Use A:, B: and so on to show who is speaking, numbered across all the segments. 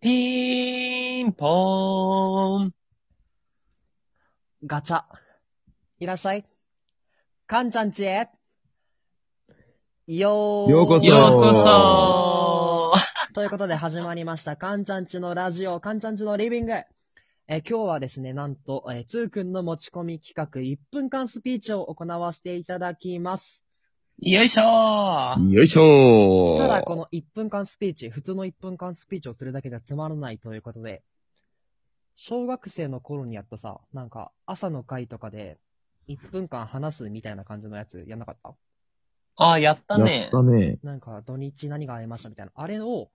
A: ピンポーン。
B: ガチャ。いらっしゃい。かんちゃんちへ。よー
C: ようこそ
A: よう
B: こ
A: こ
B: ということで始まりました。かんちゃんちのラジオ、かんちゃんちのリビング。えー今日はですね、なんと、えー、つーくんの持ち込み企画、1分間スピーチを行わせていただきます。
A: そよいしょー
C: よいしょー
B: ただ、この1分間スピーチ、普通の1分間スピーチをするだけじゃつまらないということで、小学生の頃にやったさ、なんか、朝の会とかで、1分間話すみたいな感じのやつやんなかった
A: あー、やった
C: や
A: ね
C: っ。たね。
B: なんか、土日何がありましたみたいな。あれを、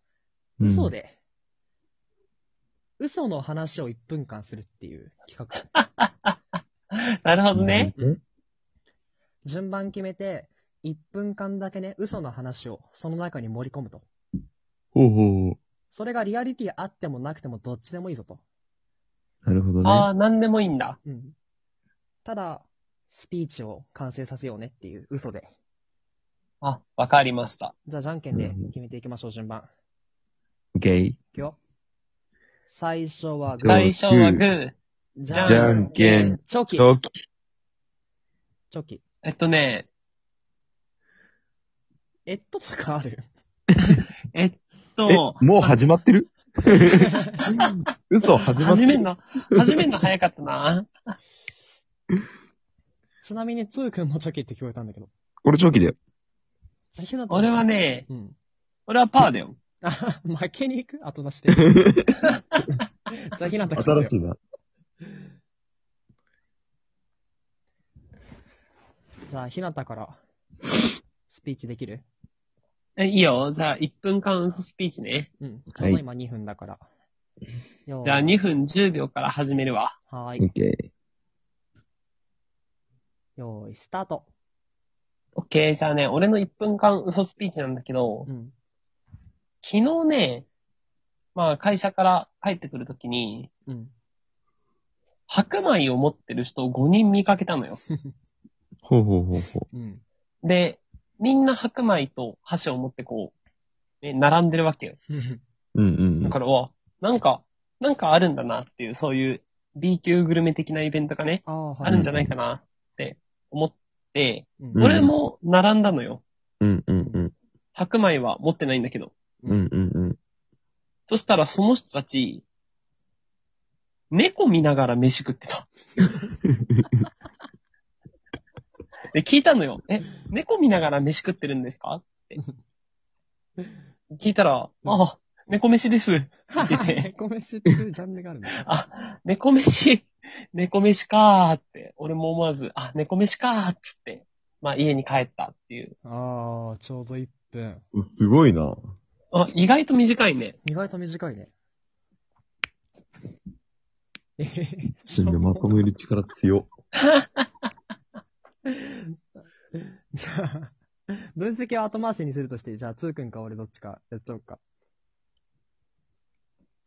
C: うん
B: 嘘。で、嘘の話を1分間するっていう企画。
A: なるほどね。
C: うん。
B: 順番決めて、1分間だけね、嘘の話をその中に盛り込むと。
C: ほうほう。
B: それがリアリティあってもなくてもどっちでもいいぞと。
C: なるほど
A: あ
C: ね。
A: ー、なんでもいいんだ。
B: うん。ただ、スピーチを完成させようねっていう嘘で。
A: あ、わかりました。
B: じゃあ、じゃんけんで
C: うん
B: 決めていきましょう、順番。い
C: オッケー。
B: くよ。最初はグ
C: は
B: ー、
C: い
A: 最初はグー。
B: じ
C: じゃんけん、
B: チョキ、
C: チ
B: チョ
C: ョキ。
B: キ。
A: えっとね、
B: えっととかある
A: えっ
C: え
A: と、、
C: もう始まって る嘘、始まって
A: 始
C: る。
A: めんの、始めんの早かったな。
B: ちなみに、つーくんもチョキって聞こえたんだけど。
C: 俺長期だよ。
B: じゃあ、ひなた
A: 俺は。ね、
B: うん。
A: 俺はパーだよ。
B: あはは負けに行く後出して。じゃあ、ひなた
C: 新しいな。
B: じゃあ、ひなたから、スピーチできる
A: え、いいよ。じゃあ、1分間スピーチね。
B: うん。ちょうど今2分だから。よー
A: じゃあ、2分10秒から始めるわ。
B: はー
C: オッ
B: い。
C: ケー。
B: よーい、スタート。
A: オッケー、じゃあね、俺の1分間嘘スピーチなんだけど、
B: うん。
A: 昨日ね、まあ会社から帰ってくるときに、
B: うん。
A: 白米を持ってる人を5人見かけたのよ。
C: ほうほうほうほ
B: うん。
A: で、みんな白米と箸を持ってこう、ね、並んでるわけよ。
C: う。うんうんう
A: だ
C: ん。
A: から、うわなんか、なんかあるんだなっていう、そういう B 級グルメ的なイベントがね、
B: ああ、はい。
A: あるんじゃないかなって思って、
B: うん
C: うん
A: 俺も並んだのよ。
C: うんうんうん。
A: 白米は持ってないんだけど。
C: うんうんうん。
A: そしたらその人たち、猫見ながら飯食って た。で、聞いたのよ。え、猫見ながら飯食ってるんですかって。聞いたら、
B: うん
A: あ、猫飯です。って言って
B: ごめん、知ってるジャンルがあるんだ。
A: あ、猫飯、猫飯かーって、俺も思わず、あ、猫飯かーっつって、まあ家に帰ったっていう。
B: ああ、ちょうど1分。
C: おすごいな。
A: あ、意外と短いね。
B: 意外と短いね。えへへ
C: 死んでまとめる力強。
B: じゃあ、分析を後回しにするとして、じゃあ、つーくんか俺どっちかやっちゃおうか。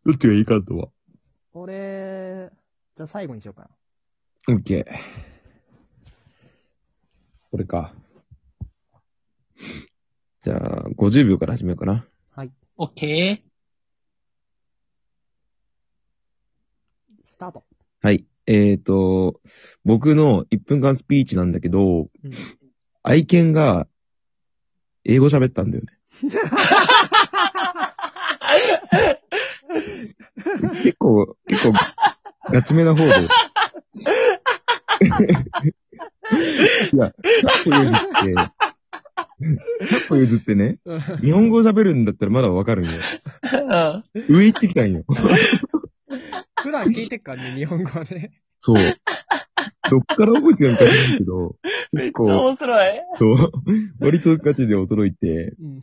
C: どっちがいいかとは。
B: 俺、じゃあ最後にしようかな。
C: オッケー。これか。じゃあ、50秒から始めようかな。
B: はい、
A: オッケー。
B: スタート。
C: はい。えっ、と、僕の1分間スピーチなんだけど、
B: うん
C: 愛犬が英語喋ったんだよね。結構、結構、ガチめな方で。いや、100歩譲って、100歩譲ってね、日本語喋るんだったらまだわかるんよ。
A: うん
C: 上行ってきたんよ。
B: 普段聞いてっからね、日本語はね。
C: そう。どっから覚えてたのか知らないけど、
A: めっ
C: 結
A: ちゃ
C: 構、
A: 面白い。
C: そう割とガチで驚いて、
B: う
A: う
B: ん。
A: ん。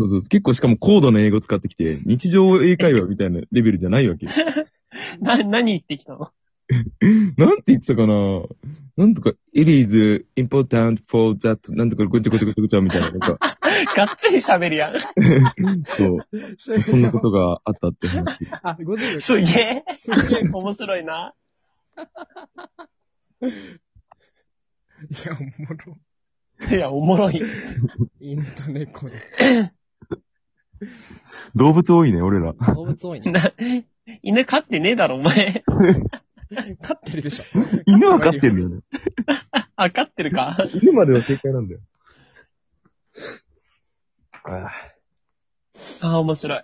C: そうそう結構しかも高度な英語使ってきて、日常英会話みたいなレベルじゃないわけ。
A: な、何言ってきたの
C: なんて言ってたかななんとか、it is important for that, なんとかごちゃごちゃごちゃごちゃみたいな、なんか、
A: がっつり喋るやん。
C: そう、そんなことがあったって話。
B: あ、50秒。
A: すげえ。
B: すげえ。
A: 面白いな。
B: いや、おもろ。
A: いや、おもろい。
B: インド猫で。
C: 動物多いね、俺ら。
B: 動物多いね。
A: な、犬飼ってねえだろ、お前。
B: 飼ってるでしょ。
C: 犬は飼ってんだよね。
A: あ、飼ってるか。
C: 犬までは正解なんだよ。あ
A: ああ、面白い。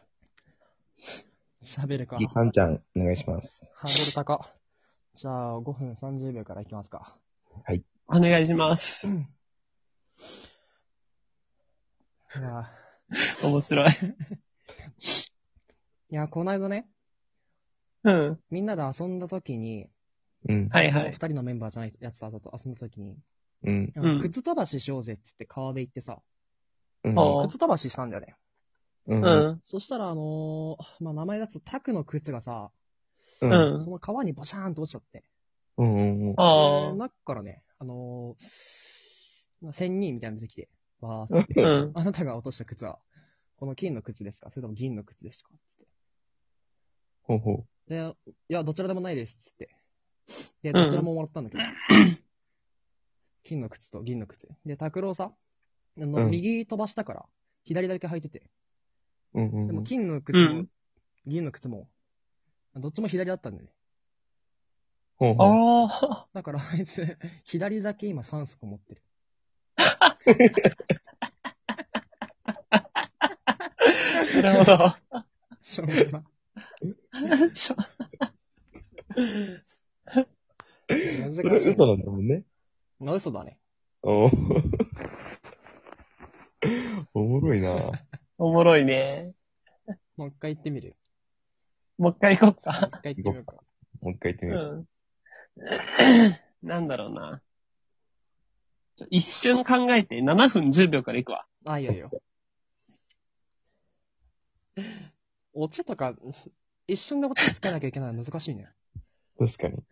B: 喋るか。
C: あ、
B: ハ
C: かんちゃん、お願いします。
B: ードル高。じゃあ、5分30秒からいきますか。
A: お願いします。
B: いやー、
A: 面白い。
B: いやーこの間ね、
A: うん。
B: みんなで遊んだ時に、
C: うん。
A: はいは
B: お二
A: い。
B: 人のメンバーじゃないやつと遊んだ時に、
C: うん。
A: うん
B: 靴飛ばししようぜっつって川で行ってさ、
C: うん
A: あ
B: 靴飛ばししたんだよね。
C: う
A: う。ん。
B: そしたら、あのーまあ、名前出すとタクの靴がさ、
C: う。
A: うんん。
B: その川にボシャーンと落ちちゃって、
C: うん。うん。
A: あ
B: で
A: あ。
B: 中からね、あのー、仙人みたいなの出てきて、わーって
A: う
B: 言って、
A: ん。
B: あなたが落とした靴は、この金の靴ですかそれとも銀の靴ですかつって。
C: ほうほ
B: で、いや、どちらでもないです、つって。で、
A: うん
B: どちらももらったんだけど。 金の靴と銀の靴。で、拓郎さ、あの、
C: うん
B: 右飛ばしたから、左だけ履いてて。
C: う。うんうん
B: で
C: う
B: も、
C: ん。
B: 金の靴も、
A: うん
B: 銀の靴も、どっちも左だったんだよね。
C: ほうほう。
A: ああ。
B: だから、あいつ、左だけ今3足持ってる。
A: なるほど。
B: しょうがな
A: ちょ
B: い難し
C: そ
B: い
C: れ嘘なんだもんね。
B: まあ嘘だね。
C: おー おもろいな。
A: おもろいね。
B: もう一回行ってみる。
A: もう一回行こっ
B: もう
A: か。
B: 一回行ってみようか。
C: もう一回言って
A: う
C: みよ
A: ん。
C: う。
A: なんだろうな。ちょ一瞬考えて、7分10秒から行くわ。
B: あ、いいよいいよ。オチとか、一瞬でオチつけなきゃいけないの難しいね。
C: 確かに。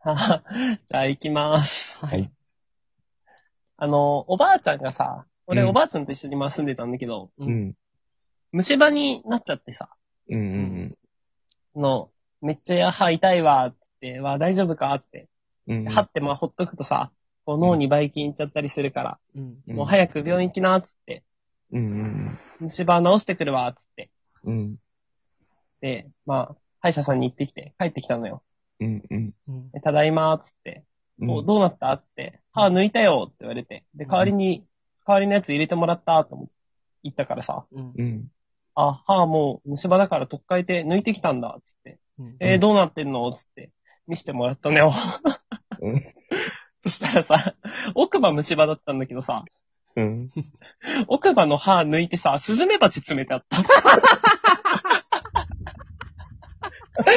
A: はは じゃあ行きます。
C: はい。
A: あの、おばあちゃんがさ、俺
C: うん
A: おばあちゃんと一緒にまあ住んでたんだけど、
B: う
C: う。ん。
A: 虫歯になっちゃってさ、
C: うんうん
A: の、めっちゃ歯痛いわってって、わ、大丈夫かって。
C: うん。
A: 歯ってまあほっとくとさ、こう脳にばい菌いっちゃったりするから、
B: うん。
C: うん
A: もう早く病院行きなっつって、
C: うん
A: 虫歯治してくるわっつって。
C: うんうん。
A: で、まあ、歯医者さんに行ってきて、帰ってきたのよ。
C: うんうん
B: うん。
A: でただいまっつって、
C: うん。
A: おどうなったっつって、歯抜いたよって言われて、で、代わりに、代わりのやつ入れてもらったと思って、言ったからさ、
B: うん
C: う。ん。
A: あ、歯もう虫歯だから取っ替えて抜いてきたんだ、つって。
B: うん
A: えーどうなってんのつって、見せてもらったのよ。
C: うん
A: そしたらさ、奥歯虫歯だったんだけどさ、
C: うん。
A: 奥歯の歯抜いてさ、スズメバチ詰めてあ った。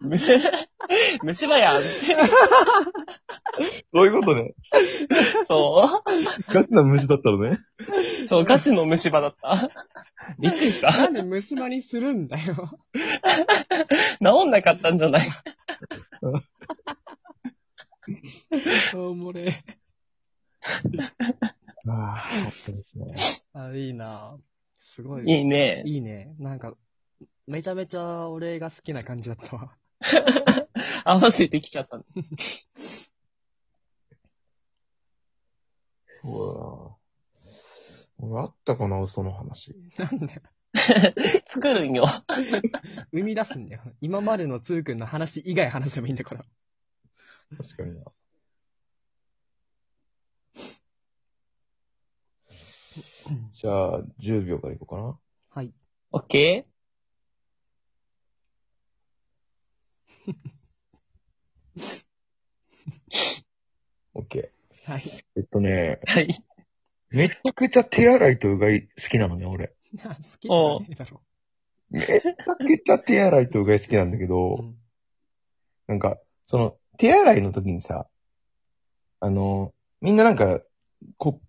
A: む虫歯やんって。
C: そういうことね。
A: そ
C: ガチな虫だったのね。
A: う。そう、ガチの虫歯だ った。びっくりした。
B: なんで虫歯にするんだよ。
A: 治んなかったんじゃない
B: おもれ。
C: ああ、そうですね。
B: あ、いいなすごい。
A: いいね。
B: いいね。なんか、めちゃめちゃ俺が好きな感じだったわ。
A: 合わせてきちゃったの。
C: そうだな。俺あったかな、その話。
B: なんだよ。
A: 作るんよ。
B: 生み出すんだよ。今までのつーくんの話以外話せばいいんだから。
C: 確かにな。じゃあ、10秒からいこうかな。
B: はい。
A: オッケー
C: オッケ
B: はい。
C: ー。えっとね、
A: はい。
C: めちゃくちゃ手洗いとうがい好きなのね、俺。
B: 好きじゃないだろ
C: めちゃくちゃ手洗いとうがい好きなんだけ
B: う。
C: ど、
B: うん
C: なんか、その、手洗いの時にさ、あの、みんななんか、こう、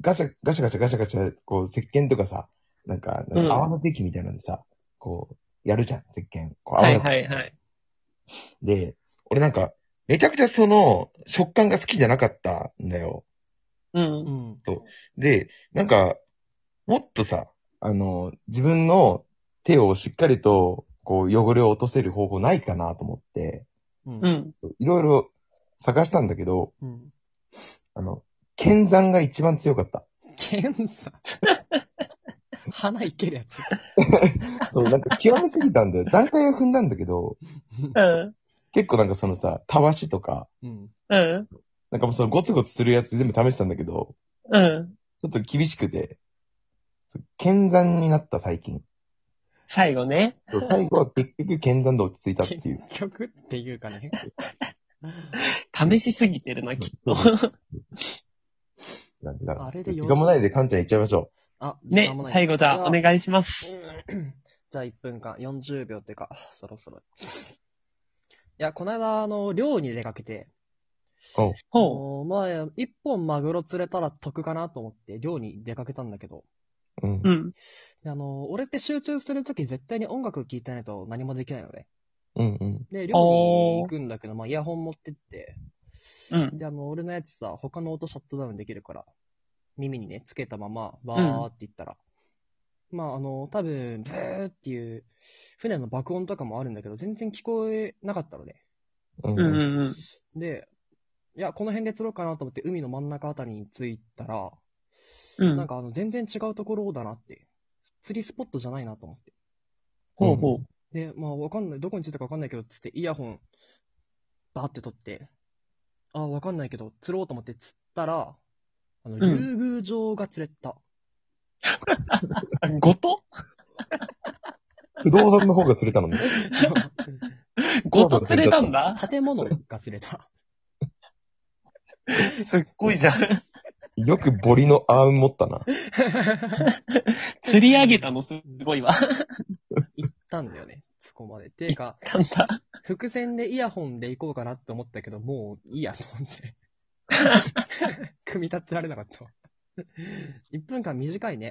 C: ガシャ、ガシャガシャガシャガシャ、こう、石鹸とかさ、なんか、なん
A: うん
C: か泡立て器みたいなんでさ、こう、やるじゃん、石鹸。こう泡
A: は
C: 立
A: い
C: て
A: はいはい。
C: で、俺なんか、めちゃくちゃその、食感が好きじゃなかったんだよ。
A: う。
B: うんん。
C: で、なんか、もっとさ、あの、自分の手をしっかりと、こう、汚れを落とせる方法ないかなと思って、
B: う。
A: うんん。
C: いろいろ探したんだけど、
B: うん。
C: あの、剣山が一番強かった。
B: 検査。鼻いけるやつ。
C: そう、なんか極めすぎたんだよ。段階を踏んだんだけど、
A: うん。
C: 結構なんかそのさ、たわしとか、
B: うん。
A: うん。
C: なんかもうそのゴツゴツするやつ全部試したんだけど、
A: うん。
C: ちょっと厳しくて、剣山になった最近。
A: 最後ね。
C: そう最後は結局剣山で落ち着いたっていう。
B: 結局っていうかね。
A: 試しすぎてるな、きっと。
C: なんだから
B: あれでよ
C: 時間もないでカンちゃん行っちゃいましょ
B: あ、時
A: ね
B: 間も、ない
A: 最後じゃあ、お願いします。
B: じゃあ1分間40秒ってか、そろそろ。いや、この間、あの、漁に出かけて、
A: ほう。
B: もうまあ、一本マグロ釣れたら得かなと思って、漁に出かけたんだけど、
C: う。うん
A: う。ん。
B: であの、俺って集中するとき絶対に音楽聴いてないと何もできないので、
C: うんうん。
B: で、漁に行くんだけど、まあ、イヤホン持ってって、
A: うん。
B: で、あの、俺のやつさ、他の音シャットダウンできるから、耳にね、つけたまま、バーって言ったら、まあ、あの、多分、ブーっていう、船の爆音とかもあるんだけど、全然聞こえなかったので、
C: う
A: うん
C: ん。
A: うんうん。
B: で、いや、この辺で釣ろうかなと思って、海の真ん中あたりに着いたら、
A: うん
B: なんかあの、全然違うところだなって、釣りスポットじゃないなと思って。
A: ほうほう。
B: で、まあ、わかんない、どこに着いたかわかんないけど、つって、イヤホン、バーって取って、あー、わかんないけど、釣ろうと思って釣ったら、あの、
A: ん
B: 竜宮城が釣れた。
A: あごと
C: 不動産の方が釣れたのね。
A: ごと釣れたんだ
B: 建物が釣れた。
A: すっごいじゃん。
C: よくボリのアーム持ったな。
A: 釣り上げたのすっごいわ。
B: 行ったんだよね、そこまで。ていうか、
A: なんだ。
B: 伏線でイヤホンで行こうかなって思ったけど、もういいやと思って。組み立てられなかったわ。1分間短いね。